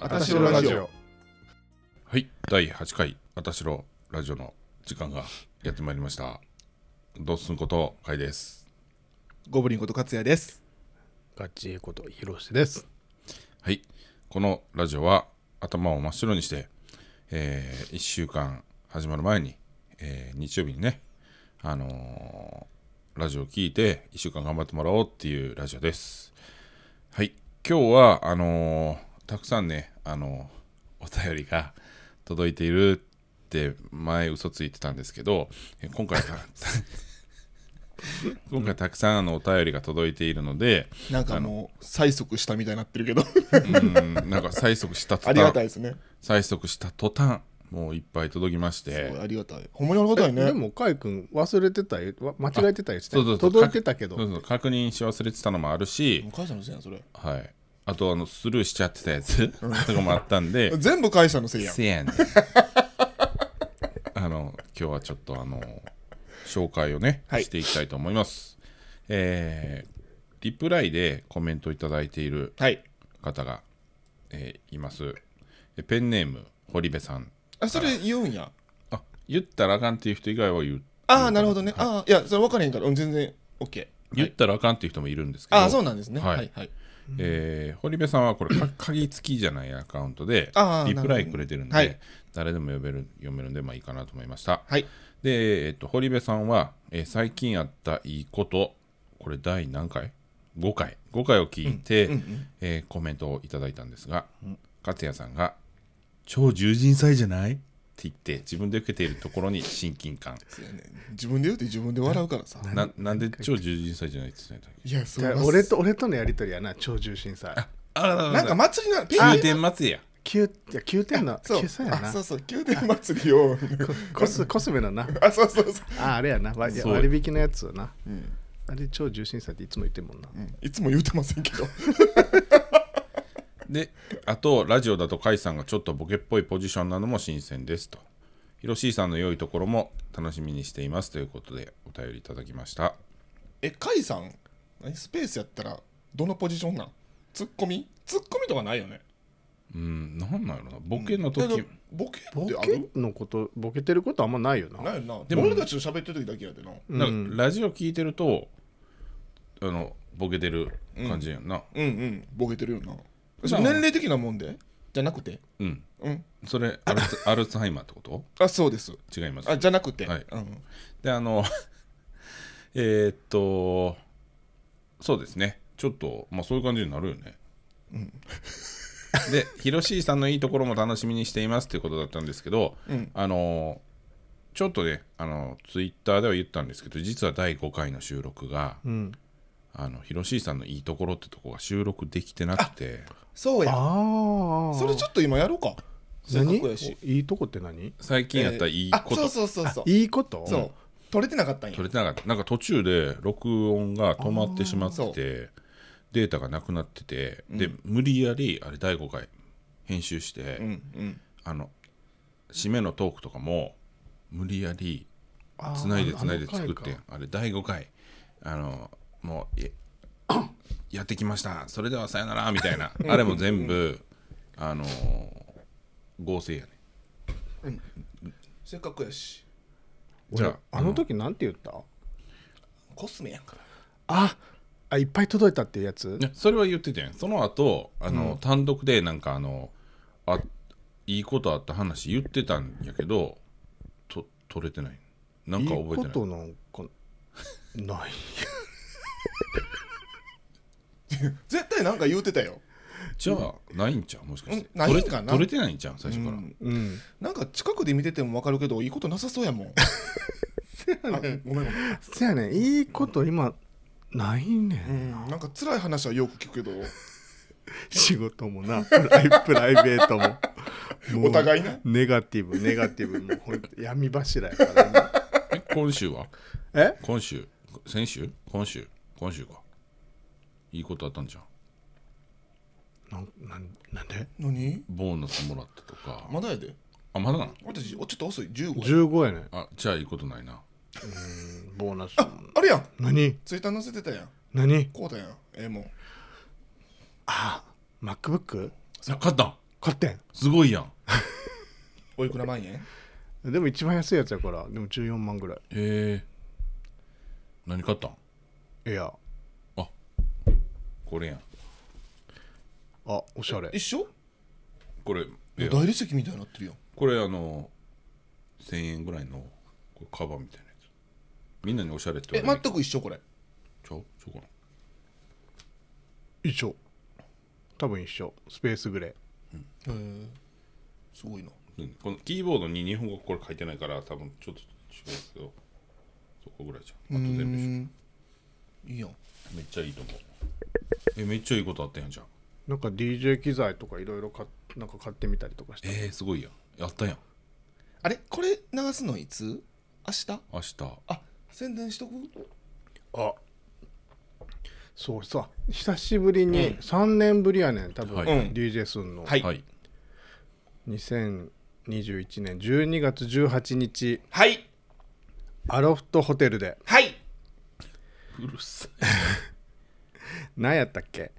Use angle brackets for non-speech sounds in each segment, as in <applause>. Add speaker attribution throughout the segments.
Speaker 1: あたしろラジオ。
Speaker 2: はい、第8回、あたしろラジオの時間がやってまいりました。どうすんこと、かいです。
Speaker 1: ゴブリンこと勝也です。
Speaker 3: ガチエコとヒロシです。
Speaker 2: はい、このラジオは頭を真っ白にして、え1週間始まる前に、えー日曜日にね、あのーラジオを聞いて1週間頑張ってもらおうっていうラジオです。はい、今日は、あのーたくさんね、あのーお便りが届いているって前嘘ついてたんですけど、え今回は、 <laughs> 今回たくさんのお便りが届いているので、
Speaker 1: なんかもう催促したみたいになってるけど、
Speaker 2: うんなんか催促した途
Speaker 1: <laughs> ありがたいで
Speaker 2: 端
Speaker 1: すね。
Speaker 2: 催促した途端もういっぱい届きまして
Speaker 1: ありがたい。ほんまにありがたいね。
Speaker 3: でも、カイ君、忘れてたよ、わ間違えてたよ、
Speaker 2: そうそうそう
Speaker 3: 届いてたけど、
Speaker 2: そうそう確認し忘れてたのもあるし、
Speaker 1: 会社のせいやんそれ。
Speaker 2: はい、あとあのスルーしちゃってたやつとかもあったんで
Speaker 1: 全部会社のせ <laughs> いやん。
Speaker 2: せやねんあの今日はちょっとあの紹介をね、
Speaker 1: はい
Speaker 2: していきたいと思いますえーリプライでコメントいただいている
Speaker 1: はい。
Speaker 2: 方が、えーいますえペンネーム堀部さん
Speaker 1: あ、それ言うんや。
Speaker 2: あ言ったらあかんっていう人以外は言う
Speaker 1: ああ、なるほどね。ああ、いや、それ分からへんから、うん、全然 OK。
Speaker 2: 言ったらあかんっていう人もいるんですけど、
Speaker 1: ああ、そうなんですね。
Speaker 2: はい
Speaker 1: はいはい。
Speaker 2: えー堀部さんはこれ
Speaker 1: <coughs>
Speaker 2: か鍵付きじゃないアカウントで
Speaker 1: あー
Speaker 2: リプライくれてるんで、
Speaker 1: なるほどはい
Speaker 2: 誰でも呼べる読めるんでまあいいかなと思いました、
Speaker 1: はい。
Speaker 2: で、えっと堀部さんは、えー最近あったいいことこれ第何回 ?5 回5回を聞いて、えーコメントをいただいたんですが、勝也さんが「超獣人祭じゃない?」って言って自分で受けているところに親
Speaker 1: <laughs>
Speaker 2: 近感
Speaker 1: そうやね自分で言うて自分で笑うからさ。
Speaker 2: ななんで超獣人祭じゃないって言ってたんだっけ
Speaker 1: いや、そ
Speaker 3: じゃ
Speaker 1: れ
Speaker 3: あ俺と俺とのやりとりやな、超重心さ。
Speaker 2: あ
Speaker 1: なんか祭りな、ピ
Speaker 2: 宮殿祭りや
Speaker 3: 9, いや9点の、
Speaker 1: そう
Speaker 3: 9さや
Speaker 1: あ
Speaker 3: な
Speaker 1: そうそう、宮殿祭り <laughs> を。
Speaker 3: コス。コスメのな、
Speaker 1: あ、そうそうそう。
Speaker 3: ああれやな、割
Speaker 2: そう
Speaker 3: 割引のやつやな。
Speaker 1: うん
Speaker 3: あれ、超重心さっていつも言ってるもんな。
Speaker 1: いつも言うてませんけど。
Speaker 2: であとラジオだと甲斐さんがちょっとボケっぽいポジションなのも新鮮ですとヒロシーさんの良いところも楽しみにしていますということでお便りいただきました
Speaker 1: え甲斐さん何スペースやったらどのポジションなんツッコミツッコミとかないよね
Speaker 2: うんなんなんやろなボケの
Speaker 1: だけ
Speaker 2: 時
Speaker 1: どボケ
Speaker 3: ボ
Speaker 1: ってある
Speaker 3: ケのこと、ボケてることあんまないよな。
Speaker 1: ないよな
Speaker 2: で
Speaker 1: で
Speaker 2: も
Speaker 1: も俺たちと喋ってる時だけやでな
Speaker 2: なんかラジオ聞いてるとあのボケてる感じやんな
Speaker 1: うんうんボケてるよな
Speaker 2: じゃあ
Speaker 1: 年齢的なもんでじゃなくて
Speaker 2: うん、
Speaker 1: うん
Speaker 2: それアルツアルツハイマーってこ
Speaker 1: あそうです
Speaker 2: と違います
Speaker 1: あじゃなくて、
Speaker 2: はい
Speaker 1: うん、
Speaker 2: であの <laughs> えーっとそうですねちょっとまあそういう感じになるよね <laughs> でヒロシーさんのいいところも楽しみにしていますっていうことだったんですけど、
Speaker 1: うん
Speaker 2: あのちょっとねあのツイッターでは言ったんですけど実は第5回の収録が、
Speaker 3: うん。
Speaker 2: あのヒロシーさんのいいところってとこが収録できてなくて
Speaker 1: そうや
Speaker 3: ああ。
Speaker 1: それちょっと今やろうかせっか
Speaker 3: 何
Speaker 1: くやし
Speaker 3: いいとこって何
Speaker 2: 最近やったいい
Speaker 1: あ
Speaker 2: こと、
Speaker 1: そうそうそうそう
Speaker 3: いいこと
Speaker 1: そう取れてなかったんや
Speaker 2: 取れてなかったなんか途中で録音が止まってしまって
Speaker 1: あーそ
Speaker 2: てデータがなくなってて、で無理やりあれ第5回編集して、
Speaker 1: うんうん
Speaker 2: あの締めのトークとかも無理やり
Speaker 3: あー
Speaker 2: つないで
Speaker 3: あ
Speaker 2: つないで
Speaker 3: あの
Speaker 2: 作
Speaker 3: 回
Speaker 2: っ
Speaker 3: か
Speaker 2: てんあれ第5回あのも
Speaker 3: <coughs>
Speaker 2: うえやってきましたそれではさよならみたいなあれも全部あの合成やね
Speaker 1: せっかくやし
Speaker 2: じゃあ
Speaker 3: あの時なんて言った
Speaker 1: コスメやんから
Speaker 3: ああいっぱい届いたっていうやつ
Speaker 2: ねそれは言ってたやんその後あの、単独でなんかあのあいいことあった話言ってたんやけどと取れてないなんか
Speaker 3: いい
Speaker 2: 覚
Speaker 3: こ
Speaker 2: えてない
Speaker 3: となんかない
Speaker 1: 絶対なんか言うてたよ
Speaker 2: じゃあないんちゃうもしかして
Speaker 1: うんないんかな
Speaker 2: 取れて取れてないんちゃう最初から、
Speaker 3: うん
Speaker 1: なんか近くで見てても分かるけどいいことなさそうや <laughs> もんあごめんごめん
Speaker 3: そやねんいいこと今ないね
Speaker 1: うんん、なんか辛い話はよく聞くけど、
Speaker 3: 仕事もなプライプライベートももう
Speaker 1: お互いな
Speaker 3: ネガティブネガティブもうほんと闇柱やからな
Speaker 2: え今週は
Speaker 3: え
Speaker 2: 今週先週今週今週かいいことあったんじゃん
Speaker 3: なんなんなんで
Speaker 1: 何
Speaker 2: ボーナスもらったとか
Speaker 1: まだやで。
Speaker 2: あまだなの
Speaker 1: 俺たち、おちょっと遅い、15や。
Speaker 3: 15やねん
Speaker 2: あじゃあいいことないな
Speaker 3: ボーナス
Speaker 1: あれやん、
Speaker 3: 何
Speaker 1: ツイッター載せてたやん、
Speaker 3: 何
Speaker 1: こうだやん、ええもん。
Speaker 3: あ MacBook?
Speaker 2: 勝ったん
Speaker 3: 買ってん
Speaker 2: すごいやん。
Speaker 1: おいくら万円
Speaker 3: でも一番安いやつやからでも14万ぐら
Speaker 2: ええ。何買ったん
Speaker 3: いエア
Speaker 2: これやん。
Speaker 3: あおしゃれ
Speaker 1: 一緒
Speaker 2: これ、いや
Speaker 1: 大理石みたいになってるよ
Speaker 2: これあの、1000円ぐらいのこれカバーみたいなやつ。みんなにおしゃれって
Speaker 1: え
Speaker 2: 言われる。
Speaker 1: 全く一緒これ
Speaker 2: ちゃうちゃうかな。
Speaker 3: 一緒多分一緒スペースグレ
Speaker 1: へえすごいな
Speaker 2: うんこのキーボードに日本語これ書いてないから多分ちょっと違うんですけどそこぐらいじゃんあと全部一緒
Speaker 1: うーんいいやん
Speaker 2: めっちゃいいと思うえめっちゃいいことあったやんじゃん
Speaker 3: ーなんか DJ 機材とかいろいろ買っなんか買ってみたりとかして
Speaker 2: えー、すごいやんやったやん
Speaker 1: あれこれ流すのいつ明日
Speaker 2: 明日
Speaker 1: あ宣伝しとく
Speaker 3: あそうさ久しぶりに、3年ぶりやねん多分、
Speaker 2: はい
Speaker 1: うん
Speaker 3: DJ すんの、
Speaker 1: はい
Speaker 2: はい
Speaker 3: 2021年12月18日
Speaker 1: はい
Speaker 3: アロフトホテルで
Speaker 1: はいう
Speaker 2: るさ
Speaker 3: 何やったっけ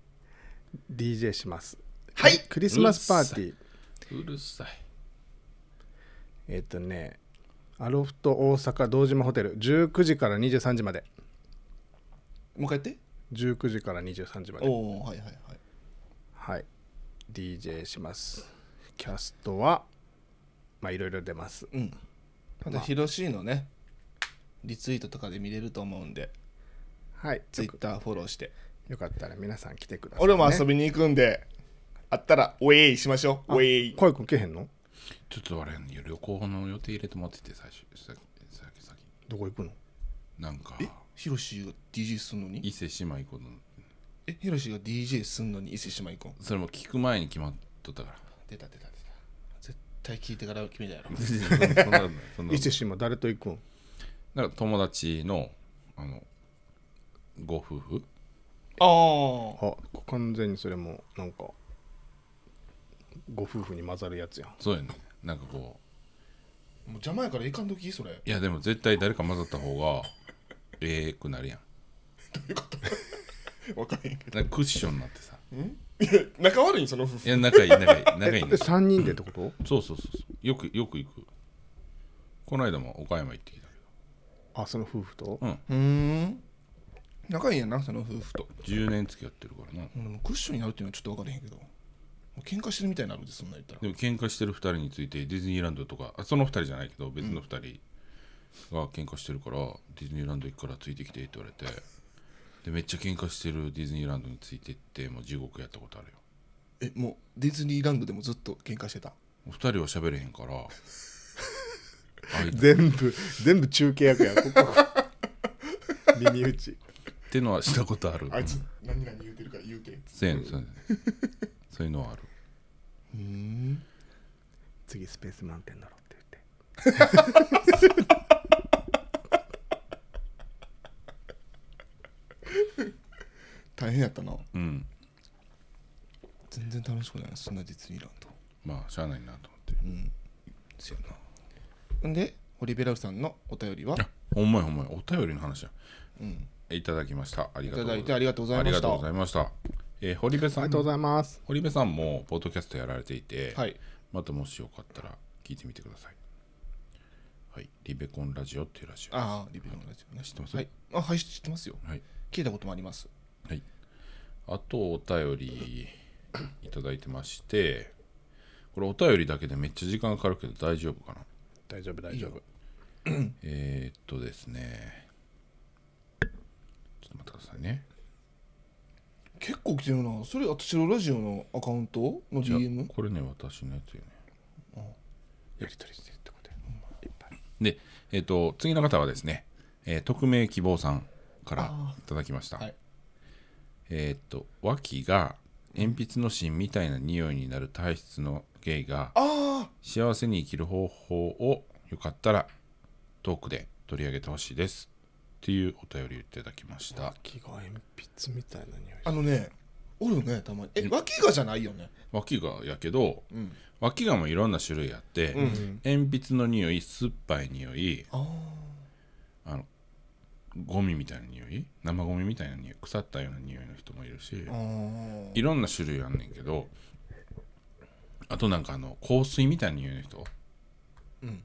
Speaker 3: DJ します
Speaker 1: はい
Speaker 3: クリスマスパーティー
Speaker 2: いうるさい
Speaker 3: えっ、とねアロフト大阪堂島ホテル19時から23時まで
Speaker 1: もう一回やって
Speaker 3: 19時から23時まで
Speaker 1: おおはいはいはい
Speaker 3: はい DJ しますキャストはまあいろいろ出ます
Speaker 1: うんまたヒロシーのねリツイートとかで見れると思うんで
Speaker 3: はい
Speaker 1: ツイッターフォローして
Speaker 3: よかったら皆さん来てください、ね、
Speaker 1: 俺も遊びに行くんであったらウェイしましょうウェイ
Speaker 3: 声くんけへんの
Speaker 2: ちょっとあれやん旅行の予定入れてもらってて最初先先先
Speaker 3: どこ行くの
Speaker 2: なんか
Speaker 1: ヒロシーが DJ すんのに
Speaker 2: 伊勢姉妹行こうと思って
Speaker 1: えヒロシーが DJ すんのに伊勢島行こう
Speaker 2: それも聞く前に決まっとったから
Speaker 1: 出た出た出た絶対聞いてから決めたやろ
Speaker 2: そんなことないそんなことない
Speaker 3: 伊勢志摩誰と行くん
Speaker 2: なんか友達のあのご夫婦
Speaker 1: あ
Speaker 3: あ完全にそれもなんかご夫婦に混ざるやつやん
Speaker 2: そうやねなんか
Speaker 1: あ
Speaker 2: こ
Speaker 1: もう邪魔やからいかんときそれ
Speaker 2: ういやでも絶対誰か混ざった方がええくなるやん
Speaker 1: 分かんへんけ
Speaker 2: なんかクッションになってさ
Speaker 1: どいや仲悪いんその夫
Speaker 2: い
Speaker 1: 婦
Speaker 2: や仲いい仲いい仲い
Speaker 3: え
Speaker 2: いの
Speaker 3: <laughs> で3人でってこと、
Speaker 2: そうそうそうそうよくよく行くこの間も岡山行ってきたけ
Speaker 3: あその夫婦と、
Speaker 2: うん
Speaker 1: うん仲いいんやなその夫婦と
Speaker 2: ど10年付き合ってるからな
Speaker 1: でもクッションになるっていうのはちょっと分からへんけどもう喧嘩してるみたいになるんでそんなん言ったら
Speaker 2: でも喧嘩してる2人についてディズニーランドとかあその2人じゃないけど別の2人が喧嘩してるから、ディズニーランド行くからついてきてって言われてでめっちゃ喧嘩してるディズニーランドについてってもう地獄やったことあるよ
Speaker 1: えもうディズニーランドでもずっと喧嘩してた
Speaker 2: 2人は喋れへんからあいっ
Speaker 3: 全部全部中継役やんここ <laughs> 耳打ち
Speaker 2: てのはしたことある
Speaker 1: 何々言うてるから言うて
Speaker 2: そうやねんそうやねんそういうのはある
Speaker 1: うん
Speaker 3: 次スペース満点だろって言って
Speaker 1: 大変やったな
Speaker 2: うん
Speaker 1: 全然楽しくないそんなディズニーランド
Speaker 2: まあしゃあないなと思って
Speaker 1: うんそやなんでホリベラルさんのお便りは
Speaker 2: あほんまやほんまやお便りの話や
Speaker 1: うん
Speaker 2: いただきましたあり
Speaker 1: い
Speaker 2: がと
Speaker 1: た
Speaker 2: う
Speaker 1: だい
Speaker 2: ございました
Speaker 1: てありがとうございま
Speaker 2: あり
Speaker 1: し
Speaker 2: が
Speaker 1: た
Speaker 2: とうございましたえー堀部
Speaker 3: あ
Speaker 2: さ
Speaker 3: り
Speaker 2: ん
Speaker 3: がとうございます
Speaker 2: 堀部さんもポッドキャストやられていて、
Speaker 1: はい
Speaker 2: またもしよかったら聞いてみてください。はい、リベコンラジオっていうラジオ。
Speaker 1: ああリベラルラジオね
Speaker 2: 知ってます
Speaker 1: はいあはい知ってますよ
Speaker 2: はい、
Speaker 1: 聞いたこともあります
Speaker 2: はい、あとお便りいただいてまして、これお便りだけでめっちゃ時間かかるけど大丈夫かな
Speaker 3: 大丈夫大丈夫
Speaker 2: <clears throat> えー、っとですね、ちょっと待ってくださいね。
Speaker 1: 結構来てるなそれ私のラジオのアカウントの
Speaker 2: いや
Speaker 1: DM
Speaker 2: これね、私のやつよね。
Speaker 3: やり取りしてるってことや、いっぱい
Speaker 2: で、えーっと、次の方はですね、えー匿名希望さんからいただきました。
Speaker 1: はい
Speaker 2: えーっと脇が鉛筆の芯みたいな匂いになる体質のゲイが
Speaker 1: ああ
Speaker 2: 幸せに生きる方法をよかったらトークで取り上げてほしいですっていうお便りをいただきました
Speaker 3: 木が鉛筆みたいな匂い
Speaker 1: あのねおるねたまにえ脇がじゃないよね
Speaker 2: 脇がやけど
Speaker 1: うん
Speaker 2: 脇がもいろんな種類あって、
Speaker 1: ん
Speaker 2: 鉛筆の匂い酸っぱい匂い
Speaker 1: あ
Speaker 2: あのゴミみたいな匂い生ゴミみたいな匂い腐ったような匂いの人もいるし
Speaker 1: あああ
Speaker 2: いろんな種類あんねんけどあとなんかあの香水みたいに言う人、
Speaker 1: うん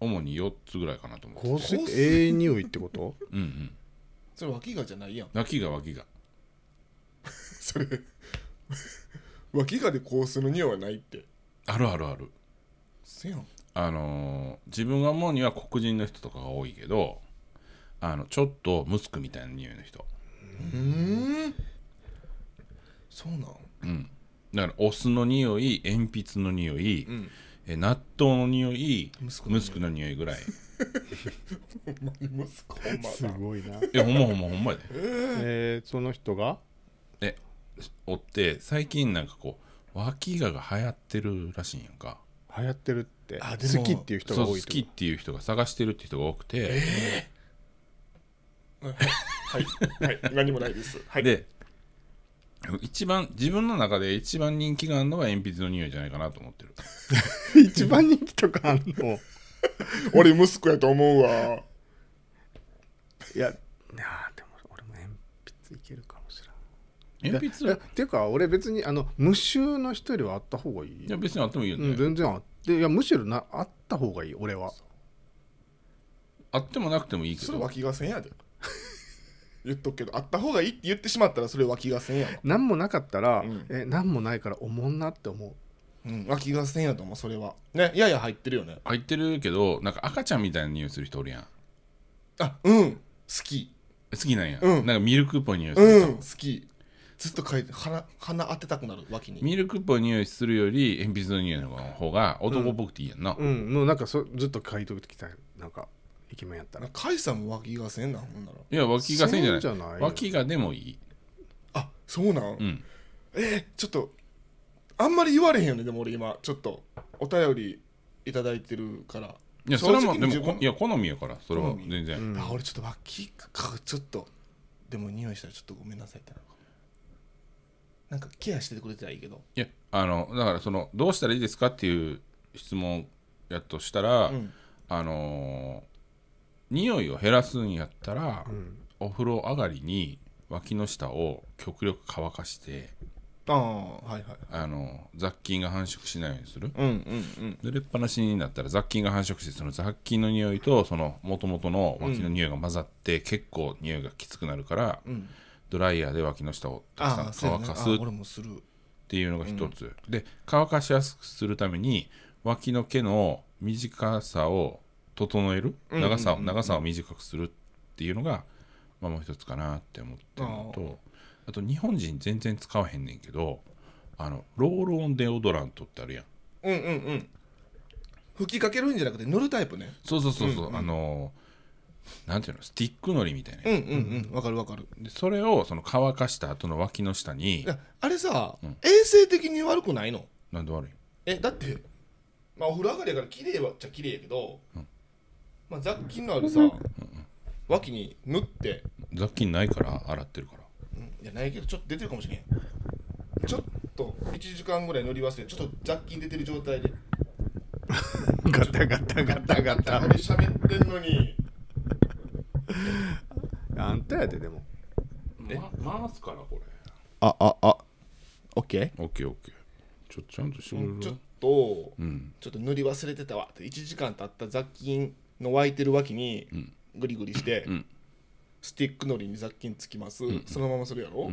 Speaker 2: 主に4つぐらいかなと思う
Speaker 3: 香水っ
Speaker 1: 香
Speaker 3: て
Speaker 1: 水
Speaker 3: ええ匂いってこと
Speaker 2: うんうん
Speaker 1: それ脇がじゃないやん
Speaker 2: 脇が脇が
Speaker 1: <laughs> それ脇がで香水の匂いはないって
Speaker 2: あるあるある
Speaker 1: せやん
Speaker 2: あのー自分が思うには黒人の人とかが多いけどあのちょっとムスクみたいな匂いの人
Speaker 1: うんそうなん
Speaker 2: うんだからお酢の匂い鉛筆の匂い、
Speaker 1: ん
Speaker 2: え納豆の匂い
Speaker 1: ム
Speaker 2: ム
Speaker 1: ス
Speaker 2: ス
Speaker 1: ク
Speaker 2: ク
Speaker 1: の匂い
Speaker 2: の匂いぐらい
Speaker 1: ほんまに息子
Speaker 3: す
Speaker 1: ほんまだ
Speaker 3: ごい <laughs> な
Speaker 2: いやほんまほんまほんまやで
Speaker 3: えー、その人が
Speaker 2: えおって最近なんかこう脇がが流行ってるらしいんやんか
Speaker 3: 流行ってるって
Speaker 1: あでも
Speaker 3: 好きっていう人
Speaker 2: そ
Speaker 3: が
Speaker 2: う
Speaker 3: 多
Speaker 2: 好
Speaker 3: いって
Speaker 2: きっ
Speaker 3: こ
Speaker 2: ていう人が探してるって人が多くて、
Speaker 1: はい、はい、何もないですはい
Speaker 2: で一番自分の中で一番人気があるのは鉛筆の匂いじゃないかなと思ってる
Speaker 3: と一番人気とかあんの
Speaker 1: 俺息子やと思うわ
Speaker 3: いやなあでも俺も鉛筆いけるかもしれない
Speaker 2: 鉛
Speaker 3: <laughs> え
Speaker 2: 筆
Speaker 3: っていうか俺別にあの無臭の人よりはあった方がいい
Speaker 2: いや別にあってもいいよね、
Speaker 3: うん、全然あっていやむしろなあった方がいい俺は
Speaker 2: あってもなくてもいいけ
Speaker 1: それ
Speaker 2: ど
Speaker 1: 脇がせんやで言っとくけどあった方がいいって言ってしまったらそれ脇がせんやわ
Speaker 3: 何もなかったら、
Speaker 1: うん
Speaker 3: え何もないからおもんなって思う
Speaker 1: うん脇がせんやと思うそれはねやや入ってるよね
Speaker 2: 入ってるけどなんか赤ちゃんみたいな匂いする人おるやん
Speaker 1: あうん好き
Speaker 2: 好きなんや、
Speaker 1: うん
Speaker 2: なんかミルクっぽい匂いする
Speaker 1: う
Speaker 2: 人、
Speaker 1: ん好きずっと書いて鼻鼻当てたくなる脇に
Speaker 2: ミルクっぽい匂いするより鉛筆の匂いの方が男っぽくていいやんな、
Speaker 3: うんもうなんかそずっと書いといてきたなんかイケメンやったら
Speaker 1: 甲斐さんも脇がせんなんほんなら
Speaker 2: いや脇がせんじゃない
Speaker 3: せんじゃない
Speaker 2: 脇がでもいい
Speaker 1: あそうなん、
Speaker 2: うん
Speaker 1: えーちょっとあんまり言われへんよねでも俺今ちょっとお便りいただいてるから
Speaker 2: いやそれはもう
Speaker 1: 正
Speaker 2: で
Speaker 1: 直に自
Speaker 2: もこ
Speaker 1: 分
Speaker 2: いや好みやからそれは
Speaker 1: 好み
Speaker 2: 全然、
Speaker 3: うん
Speaker 1: あ俺ちょっと脇かちょっとでも匂いしたらちょっとごめんなさいってなるかもなんかケアしててくれてはいいけど
Speaker 2: いやあのだからそのどうしたらいいですかっていう質問やとしたら、
Speaker 1: うん
Speaker 2: あのー匂いを減らすんやったら、お風呂上がりに脇の下を極力乾かして、
Speaker 1: ああはいはい
Speaker 2: あのー雑菌が繁殖しないようにする
Speaker 1: うんうんうん
Speaker 2: 濡れっぱなしになったら雑菌が繁殖してその雑菌の匂いとその元々の脇の匂いが混ざって、結構匂いがきつくなるから、
Speaker 1: うん
Speaker 2: ドライヤーで脇の下をた
Speaker 1: あ
Speaker 2: く
Speaker 1: あ
Speaker 2: さん乾かす
Speaker 1: そうやねああ俺もする
Speaker 2: っていうのが一つ、で乾かしやすくするために脇の毛の短さを整える
Speaker 1: うんうんうん
Speaker 2: 長さを長さを短くするっていうのが、まあ、もう一つかなって思ってるのとあと日本人全然使わへんねんけどあのロールオンデオドラントってあるやん
Speaker 1: うんうんうん吹きかけるんじゃなくて塗るタイプね
Speaker 2: そうそうそうそう、あのーなんていうのスティックのりみたいなや
Speaker 1: う
Speaker 2: つ、
Speaker 1: んうんうんわかるわかる
Speaker 2: でそれをその乾かした後の脇の下に
Speaker 1: いやあれさ、
Speaker 2: うん
Speaker 1: 衛生的に悪くないの
Speaker 2: なんで悪い
Speaker 1: えだってまあお風呂上がりやから綺麗はっちゃ綺麗やけど、
Speaker 2: うん
Speaker 1: まあ雑菌のあるさ、脇に塗って、
Speaker 2: 雑菌ないから洗ってるから
Speaker 1: うん、いやないけどちょっと出てるかもしれんちょっと1時間ぐらい塗り忘れてちょっと雑菌出てる状態で
Speaker 3: ガタガタガタガタ
Speaker 1: 俺喋ってんのに
Speaker 3: あんたやででも
Speaker 2: ま、回すからこれ
Speaker 1: あああオッケ
Speaker 2: オッケーオッケーちょっとちゃんとしてくれ
Speaker 1: ー
Speaker 2: る
Speaker 1: ちょっと、
Speaker 2: うん
Speaker 1: ちょっと塗り忘れてたわって1時間経った雑菌の湧いてる脇にグリグリして、
Speaker 2: ん
Speaker 1: スティックのりに雑菌つきます、そのままそれやろ、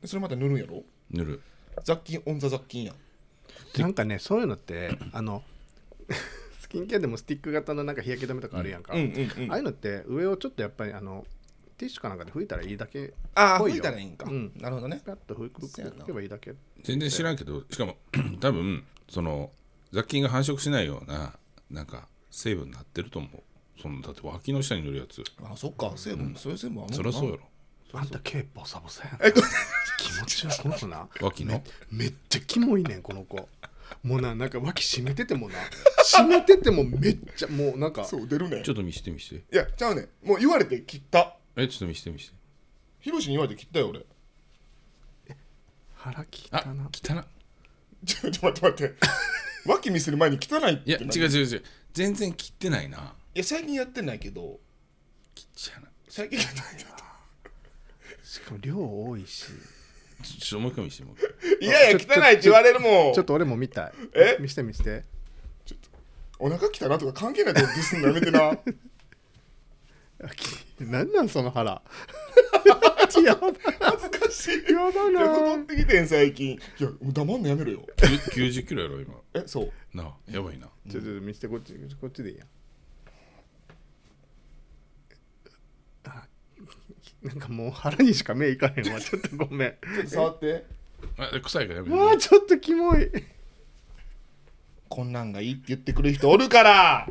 Speaker 1: でそれまた塗るんやろ
Speaker 2: 塗る
Speaker 1: 雑菌オンザ雑菌やん
Speaker 3: なんかねそういうのってあの <laughs> スキンケアでもスティック型のなんか日焼け止めとかあるやんか、
Speaker 1: うんうんうん
Speaker 3: ああいうのって上をちょっとやっぱりあのティッシュかなんかで拭いたらいいだけ
Speaker 1: ああ
Speaker 3: ぽ
Speaker 1: 吹
Speaker 3: よ
Speaker 1: いたらいいんか、
Speaker 3: うん
Speaker 1: なるほどね
Speaker 3: ピャッと拭く
Speaker 1: そうやな
Speaker 3: 拭けばいいだけ
Speaker 2: 全然知らんけどしかも <clears throat> 多分その雑菌が繁殖しないようななんか成分になってると思うそのだって脇の下に塗るやつ
Speaker 1: あそっか成分、そういう成分あるもんな
Speaker 2: そりゃそうやろ
Speaker 3: あんた毛ボサボサやん気持ち悪いこの子
Speaker 1: <laughs>
Speaker 3: な
Speaker 2: 脇の
Speaker 3: めっちゃキモいねんこの子もうななんか脇締めててもな締めててもめっちゃもうなんか
Speaker 1: そう出るね
Speaker 2: ちょっと見して見して
Speaker 1: いやちゃうねもう言われて切った
Speaker 2: えちょっと見して見して
Speaker 1: ヒロシに言われて切ったよ俺 <laughs>
Speaker 3: 腹切った
Speaker 2: あ
Speaker 3: な
Speaker 2: 汚っ
Speaker 1: ちょちょ待って待
Speaker 2: <laughs>
Speaker 1: って脇見せる前に汚いって
Speaker 2: いや
Speaker 1: 何
Speaker 2: 違う違う違う全然切ってないない
Speaker 1: や最近やってないけど
Speaker 2: 切っちゃうな
Speaker 1: 最近やってないけど
Speaker 3: しかも量多いし
Speaker 2: ちょっともう一回見してもう一回
Speaker 1: いやいや
Speaker 3: ちょ
Speaker 1: 汚いって言われるもん
Speaker 3: ちょっと俺も見たい
Speaker 1: え
Speaker 3: 見して見して
Speaker 1: お腹きたなとか関係ないとこディスんのやめて <laughs> な
Speaker 3: あき <laughs> なんなんその腹 <laughs> やば
Speaker 1: 恥ずかしい
Speaker 3: やば
Speaker 1: い
Speaker 3: な
Speaker 1: や太ってきてん最近いやもう黙んのやめろよ
Speaker 2: きゅ90キロやろ今
Speaker 1: えそう
Speaker 2: なあやばいな
Speaker 3: ちょっと見してこっちこっちでいいやあなんかもう腹にしか目いかへ <laughs> んわちょっとごめん
Speaker 1: ちょっと触って
Speaker 2: あえ臭いからやめ
Speaker 3: もう
Speaker 2: て
Speaker 3: ちょっとキモい
Speaker 1: こんなんがいいって言ってくる人おるから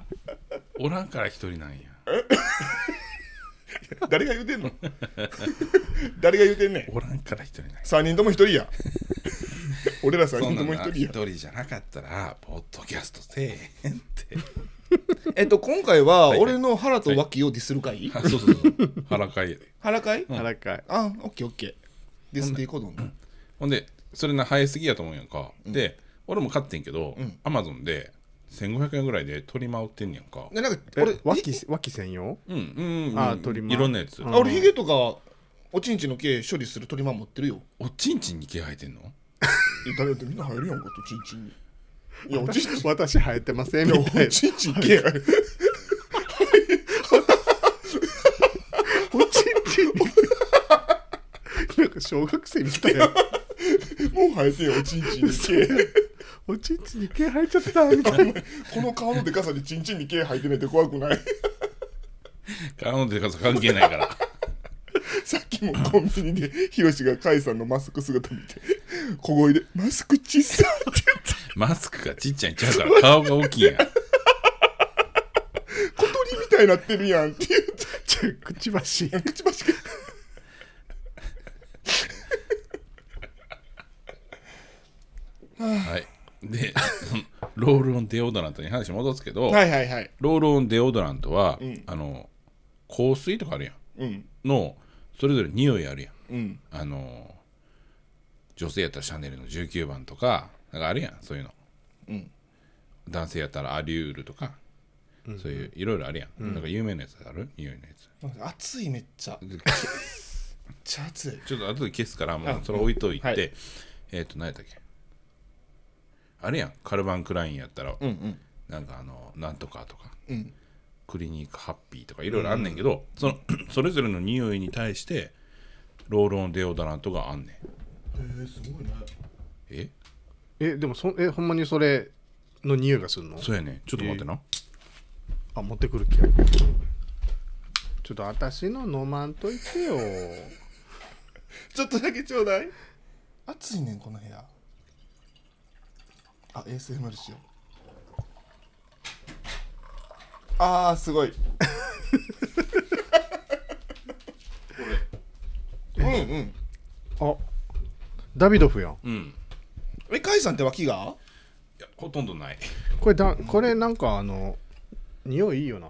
Speaker 2: おらんから一人なんや
Speaker 1: 誰が言う <laughs> てんの誰が言うてんねん
Speaker 2: おらんから一人なんや
Speaker 1: 3人とも1人や俺ら3
Speaker 2: そん
Speaker 1: 人
Speaker 2: な
Speaker 1: と
Speaker 2: ん
Speaker 1: も
Speaker 2: な
Speaker 1: 1
Speaker 2: 一
Speaker 1: 人や
Speaker 2: 人じゃなかったらポッドキャストせえへんって
Speaker 1: えっと今回は
Speaker 2: はい
Speaker 1: 俺の腹と脇をディスる会、
Speaker 2: あそうそうそう腹かいやで
Speaker 1: 腹会、
Speaker 3: 腹かい
Speaker 1: あオッケーオッケーディスっていこうと思う、
Speaker 2: ほんでそれな生えすぎやと思うんやんか、で俺も買ってんけど
Speaker 1: ん
Speaker 2: アマゾンで1500円ぐらいで取り回ってんねやんか
Speaker 1: でなんか
Speaker 3: え
Speaker 1: 俺
Speaker 3: 脇
Speaker 1: い
Speaker 3: 脇専用
Speaker 2: うんうん、うん、
Speaker 3: あ取り回
Speaker 2: いろんなやつ、
Speaker 3: うん
Speaker 1: あ俺ヒゲとかおちんちんの毛処理する鳥まん持ってるよ
Speaker 2: おちんちんに毛生えてんの
Speaker 1: え誰だってみんな入るやんかおちんちんにいや <laughs> おちんちんい
Speaker 3: 私生えてません
Speaker 1: や
Speaker 3: みたい
Speaker 1: お
Speaker 3: な
Speaker 1: ちんちん毛
Speaker 3: おちんちん <laughs> なんか小学生みたいな
Speaker 1: もう生えてんよおちんちんに毛
Speaker 3: おちんちんに毛生えちゃったみたいな
Speaker 1: <laughs> この顔のでかさにちんちんに毛生えてないって怖くない
Speaker 2: 顔のでかさ関係ないから <laughs>
Speaker 1: さっきもコンビニでヒロシが甲斐さんのマスク姿見て小声で「マスク小さ」って言って
Speaker 2: マスクがちっちゃいんちゃうから顔が大きいんや
Speaker 1: 小鳥みたいになってるやんって言って
Speaker 3: ちょくちばし
Speaker 1: くちばしが
Speaker 2: はいで <laughs> そのロールオンデオドラントに話戻すけど、
Speaker 1: はいはいはい
Speaker 2: ロールオンデオドラントは、
Speaker 1: ん
Speaker 2: あの香水とかあるや
Speaker 1: うん
Speaker 2: んのそれぞれ匂いあるやん
Speaker 1: うん
Speaker 2: あの女性やったらシャネルの19番とかなんかあるやんそういうの、
Speaker 1: うん
Speaker 2: 男性やったらアリュールとか、そういういろいろあるやん、なんか有名なやつある匂いのやつ
Speaker 1: 暑いめっちゃめっ
Speaker 2: <laughs> で
Speaker 1: ちゃ暑い
Speaker 2: ちょっと後で消すからもう
Speaker 1: あ
Speaker 2: それ置いといて、
Speaker 1: うんはい
Speaker 2: えっ、と何やったっけあれやんカルバン・クラインやったら、
Speaker 1: うんうん
Speaker 2: なんかあのなんとかとか
Speaker 1: うん
Speaker 2: クリニックハッピーとかいろいろあんねんけど、その <coughs> それぞれの匂いに対してロールオンデオダラントがあんねん
Speaker 1: えー、すごいね
Speaker 2: え
Speaker 3: <laughs> えでもそえほんまにそれの匂いがするの
Speaker 2: そうやねんちょっと待ってな、
Speaker 3: あ持ってくる気合いちょっと私の飲まんといてよ
Speaker 1: ちょっとだけちょうだい暑いねんこの部屋あ ASMR しようあーすごいうんうん
Speaker 3: あダビドフやん
Speaker 2: うん
Speaker 1: えカイさんって脇が
Speaker 2: いやほとんどない
Speaker 3: これだこれなんかあの匂いいいよな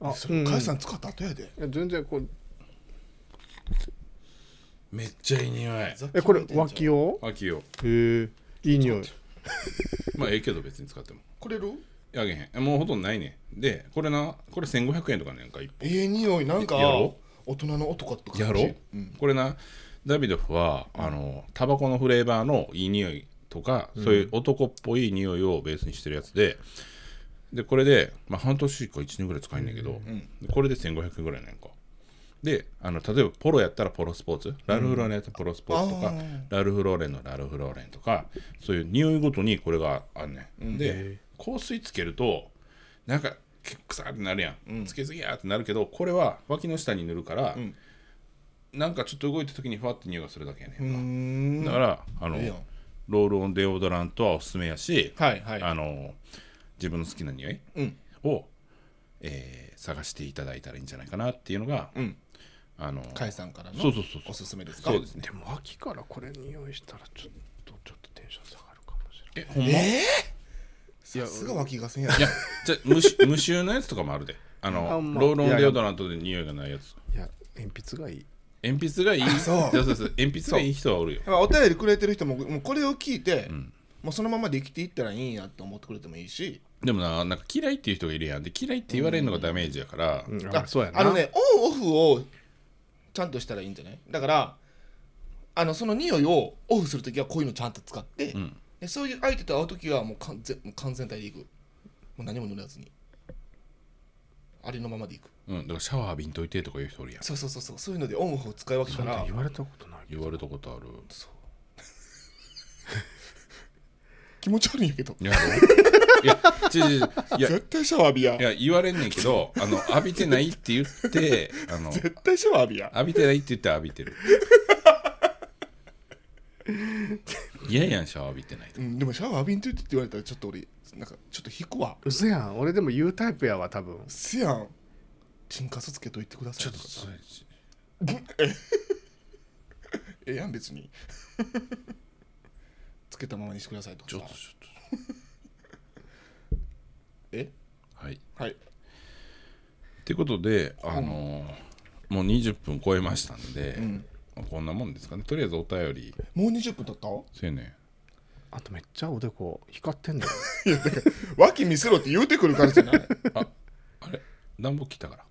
Speaker 3: あ
Speaker 1: そ
Speaker 3: うんう
Speaker 1: れ
Speaker 3: ん
Speaker 1: カイさん使った後やで
Speaker 3: いや全然こう
Speaker 2: めっちゃいい匂い
Speaker 3: えこれ脇
Speaker 1: を
Speaker 3: を
Speaker 2: 秋よ
Speaker 3: へえいい匂い
Speaker 2: まあええけど別に使っても
Speaker 1: これる
Speaker 2: いやあげへんもうほとんどないねんでこれなこれ1500円とかねんか一
Speaker 1: ええ匂いなんか
Speaker 2: やろ
Speaker 1: 大人の男って感
Speaker 2: 本
Speaker 1: じ
Speaker 2: やろ、
Speaker 1: うん
Speaker 2: これなダビドフはあのタバコのフレーバーのいい匂いとか、そういう男っぽい匂いをベースにしてるやつででこれで、まあ、半年か1年ぐらい使えんねんけど、でこれで1500円ぐらいなんかであの例えばポロやったらポロスポーツラルフローレンやったらポロスポーツとか、
Speaker 1: あ
Speaker 2: ラルフローレンのラルフローレンとかそういう匂いごとにこれがあんねん、で香水つけるとなんか結構臭ってなるやん、つけすぎやってなるけどこれは脇の下に塗るから、
Speaker 1: ん
Speaker 2: なんかちょっと動いた時にふわって匂いがするだけやね
Speaker 1: うー
Speaker 2: ん、
Speaker 1: ん
Speaker 2: だからあの
Speaker 1: ええやん
Speaker 2: ロールオンデオドラントはおすすめやし、
Speaker 1: はいはい
Speaker 2: あの自分の好きな匂い
Speaker 1: うん
Speaker 2: を、えー探していただいたらいいんじゃないかなっていうのが、
Speaker 1: うん
Speaker 2: あの
Speaker 1: カイさんからの
Speaker 2: そうそうそうそう
Speaker 1: おすすめですか
Speaker 2: そうですね
Speaker 3: でも脇からこれ匂いしたらちょっとちょっとテンション下がるかもしれない
Speaker 2: えほんま、
Speaker 1: ええさすが脇がせんや
Speaker 2: いや、じゃ無臭
Speaker 1: <laughs>
Speaker 2: 無臭のやつとかもあるで。あの、
Speaker 3: あまあ
Speaker 2: ロールオンデオドラントで匂いがないやつ。
Speaker 3: いや鉛筆がいい
Speaker 2: 鉛筆がいい。
Speaker 1: そう
Speaker 2: そうそうそう鉛筆がいい人はおるよ。
Speaker 1: まあお便りくれてる人ももうこれを聞いて、もうそのままで生きていったらいいんやって思ってくれてもいいし、
Speaker 2: でもな、なんか嫌いっていう人がいるやん。で、嫌いって言われるのがダメージやから、
Speaker 3: あそうやな
Speaker 1: あのねオンオフをちゃんとしたらいいんじゃないだからあのその匂いをオフするときはこういうのちゃんと使って、
Speaker 2: うん
Speaker 1: でそういう相手と会うときはもう完全もう完全体でいくもう何も塗らずにあれのままでいく
Speaker 2: うんだからシャワー浴びんといてとか言う人おるやん
Speaker 1: そうそうそうそうそういうのでオンオフを使い分け
Speaker 3: そ
Speaker 1: た
Speaker 3: んな
Speaker 1: ら
Speaker 3: ん言われたことない
Speaker 2: 言われたことある
Speaker 1: 気持ち悪いんやけど
Speaker 2: いやいや違う違う違う
Speaker 1: <laughs>
Speaker 2: いや
Speaker 1: 絶対シャワー浴びや
Speaker 2: いや言われんねんけどあの浴びてないって言ってあの
Speaker 1: 絶対シャワー浴びや
Speaker 2: 浴びてないって言って浴びてるいやいやんシャワー浴びてないと
Speaker 1: うん、でもシャワー浴びんといてって言われたらちょっと俺なんかちょっと引くわ
Speaker 3: 嘘やん俺でも言うタイプやわ多分
Speaker 1: せやんチンカスつけといてくださいとか
Speaker 2: それ
Speaker 1: ええやん別に <laughs> つけたままにしてくださいとか
Speaker 2: ち
Speaker 1: さ
Speaker 2: ょっとちょっ
Speaker 1: え
Speaker 2: とはい
Speaker 1: はい
Speaker 2: ってことであのもう20分超えましたんで、
Speaker 1: ん
Speaker 2: まあこんなもんですかねとりあえずお便り
Speaker 1: もう20分経った
Speaker 2: せやね
Speaker 3: あとめっちゃおでこ光ってんだよ
Speaker 1: 脇見せろって言うてくるからじゃない
Speaker 2: ああれ暖房切ったから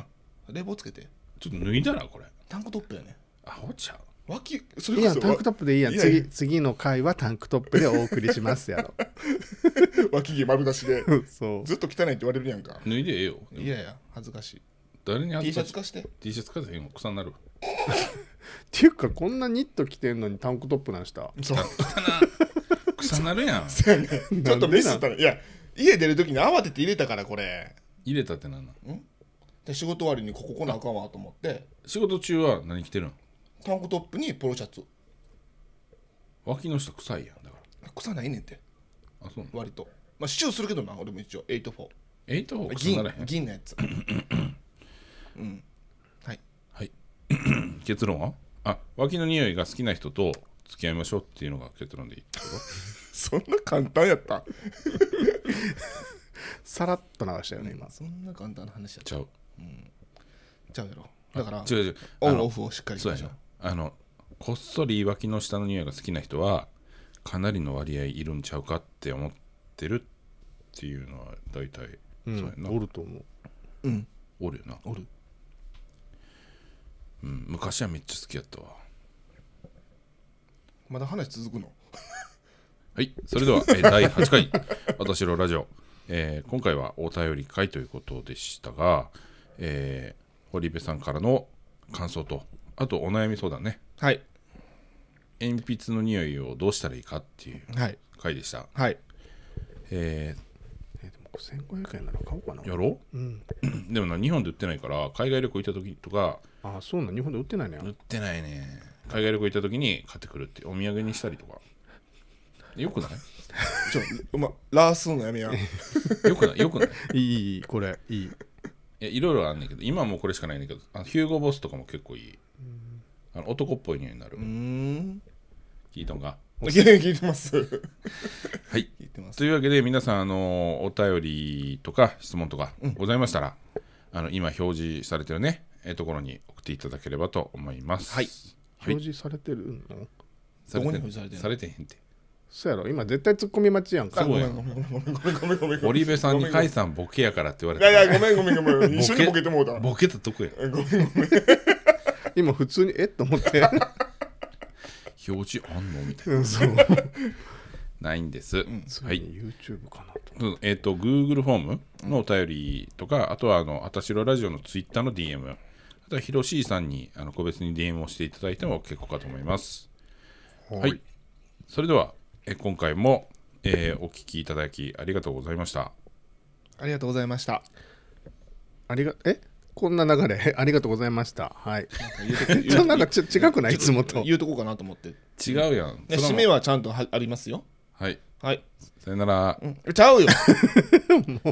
Speaker 1: あ冷房つけて
Speaker 2: ちょっと脱いだらこれ
Speaker 1: タンクトップやね
Speaker 2: アホちゃう
Speaker 1: 脇それ
Speaker 3: い
Speaker 1: こ
Speaker 3: いや
Speaker 1: そ
Speaker 3: んタンクトップでいいやん
Speaker 1: いやいや
Speaker 3: 次次の回はタンクトップでお送りしますやろ
Speaker 1: プ脇毛丸出しで
Speaker 3: <laughs> そう
Speaker 1: ずっと汚いって言われるやんか
Speaker 2: 脱いでええよ
Speaker 1: いやいや恥ずかしい
Speaker 2: 誰に
Speaker 1: T
Speaker 2: 恥
Speaker 1: シ
Speaker 2: ず
Speaker 1: ャ
Speaker 2: か
Speaker 1: ツ
Speaker 2: しい
Speaker 1: 貸して
Speaker 2: T シャツかせへんわ草になるわ
Speaker 3: っていうかこんなニット着てんのにタンクトップなんした
Speaker 1: そう
Speaker 2: 草なるやん
Speaker 1: そうやねちょっとミスったねいや家出るときに慌てて入れたからこれ
Speaker 2: 入れたってなんなん
Speaker 1: で仕事終わりにここ来なあかんわと思って
Speaker 2: 仕事中は何着てるん
Speaker 1: タンクトップにポロシャツ
Speaker 2: 脇の下臭いやんだか
Speaker 1: 臭ないねんて
Speaker 2: らあそうなの
Speaker 1: 割とまあシチューするけどな俺も一応84
Speaker 2: ええとこ草なら
Speaker 1: 銀
Speaker 2: へん
Speaker 1: 銀のや <laughs> つうんはい
Speaker 2: はい、結論はあ脇の匂いが好きな人と付き合いましょうっていうのが結論でいいってこ
Speaker 1: そんな簡単やった
Speaker 3: さらっと流したよね今
Speaker 1: そんな簡単な話やっ
Speaker 2: とちゃう
Speaker 1: ちゃうやろだから
Speaker 2: 違う違う
Speaker 1: オ
Speaker 2: あ
Speaker 1: ンオ
Speaker 2: の
Speaker 1: フをしっかりし
Speaker 2: そう
Speaker 1: まし
Speaker 2: や
Speaker 1: ょ
Speaker 2: な
Speaker 1: う
Speaker 2: あのこっそり脇の下の匂いが好きな人はかなりの割合いるんちゃうかって思ってるっていうのは大体
Speaker 3: う
Speaker 2: そうや
Speaker 3: ん
Speaker 2: な、
Speaker 3: おると思う
Speaker 1: うん
Speaker 2: おるよな、
Speaker 1: おる
Speaker 2: うん、昔はめっちゃ好きやったわ
Speaker 1: まだ話続くの
Speaker 2: はい、それでは、えー第8回、
Speaker 3: <laughs>
Speaker 2: 私のラジオ、えー今回はお便り会ということでしたが、えー堀部さんからの感想と、あとお悩み相談ね、
Speaker 1: はい
Speaker 2: 鉛筆の匂いをどうしたらいいかっていう
Speaker 1: はい
Speaker 2: 回でした。
Speaker 1: はい
Speaker 2: え
Speaker 3: えでも1500円なら買おうかな
Speaker 2: ーやろ
Speaker 3: うん
Speaker 2: う <clears throat> でもな、日本で売ってないから、海外旅行行った時とか、
Speaker 3: あそうなん日本で売ってないの
Speaker 2: 売っ
Speaker 3: よ
Speaker 2: てないね。海外旅行行った時に買ってくるって、お土産にしたりとか。よくない
Speaker 1: ちょお前ラースのや <laughs> めや
Speaker 2: よくないよくない <laughs>
Speaker 3: いいいいこれいい
Speaker 2: いやいろいろあんねんけど今はもうこれしかないねんだけどあのヒューゴボスとかも結構いい、あの男っぽい匂いになる、
Speaker 1: うーん
Speaker 2: 聞いたんか
Speaker 1: いや聞いてます聞
Speaker 2: はい
Speaker 1: いてます
Speaker 2: というわけで皆さんあのお便りとか質問とかございましたら、あの今表示されてるねえところに送っていただければと思います
Speaker 1: はい
Speaker 2: はい
Speaker 3: 表示されてるの
Speaker 2: され
Speaker 1: どこ
Speaker 2: て
Speaker 1: に
Speaker 2: ん
Speaker 1: 表示されてんの
Speaker 2: されてへんって
Speaker 3: そうやろ今絶対ツッコミ待ちやん
Speaker 1: あ
Speaker 3: か
Speaker 1: ごめ
Speaker 2: そうや
Speaker 1: んごめんごめんごめんごめんごめんごめん
Speaker 2: 堀部さんに「甲斐さんボケやから」って言われ
Speaker 1: い
Speaker 2: た
Speaker 1: やいやごめんごめんごめん一緒にボ
Speaker 2: ボ
Speaker 1: ケ
Speaker 2: ケ
Speaker 1: てもうた
Speaker 2: ボケたとこや
Speaker 1: ごめんごめん
Speaker 3: 今普通にえっと思って
Speaker 2: 表示あんのみたいな
Speaker 3: うんそう
Speaker 2: ないんです、は
Speaker 3: はいい YouTube かなと
Speaker 2: そうえっ、と、Google フォームのお便りとか、あとは、あの、あたしろラジオの Twitter の DM、あとは、ひろしいさんに、あの、個別に DM をしていただいても結構かと思います。はい。それでは、え今回も、えーお聞きいただきありがとうございました。
Speaker 1: ありがとうございました
Speaker 3: ありがえこんな流れ <laughs> ありがとうございましたはい
Speaker 1: 言うと
Speaker 3: ちょなんかち違くないいつもと
Speaker 1: 言うとこうかなと思って
Speaker 2: 違うやん。
Speaker 1: で
Speaker 2: そ
Speaker 1: 締
Speaker 2: んな
Speaker 1: め
Speaker 2: もん
Speaker 1: はちゃんとはありますよ
Speaker 2: はい。
Speaker 1: はい、
Speaker 2: さよなら。
Speaker 1: うん、ちゃ <laughs> うよ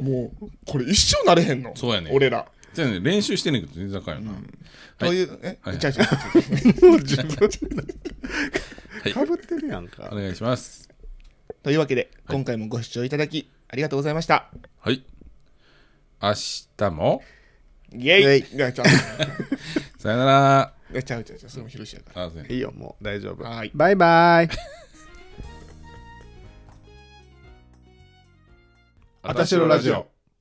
Speaker 1: もうこれ一生なれへんの
Speaker 2: そうやね
Speaker 1: 俺ら
Speaker 2: じゃあね、練習してんねんけど、全然あかんよな。
Speaker 1: というえ、
Speaker 2: はい
Speaker 1: ちゃうちゃうちゃう
Speaker 3: もう自分
Speaker 2: い
Speaker 3: かぶってるやん
Speaker 2: お
Speaker 3: か
Speaker 2: 願いします。
Speaker 1: というわけで今回もご視聴いただきありがとうございました
Speaker 2: はい。明日も、
Speaker 1: イエイ
Speaker 3: イエイ
Speaker 1: いやちゃうい
Speaker 2: さよなら。
Speaker 1: やちゃうちゃうちゃうそれも広しやから
Speaker 2: あ、すいません
Speaker 3: いいよもう大丈夫
Speaker 1: はい
Speaker 3: バイバイ
Speaker 1: 私のラジオ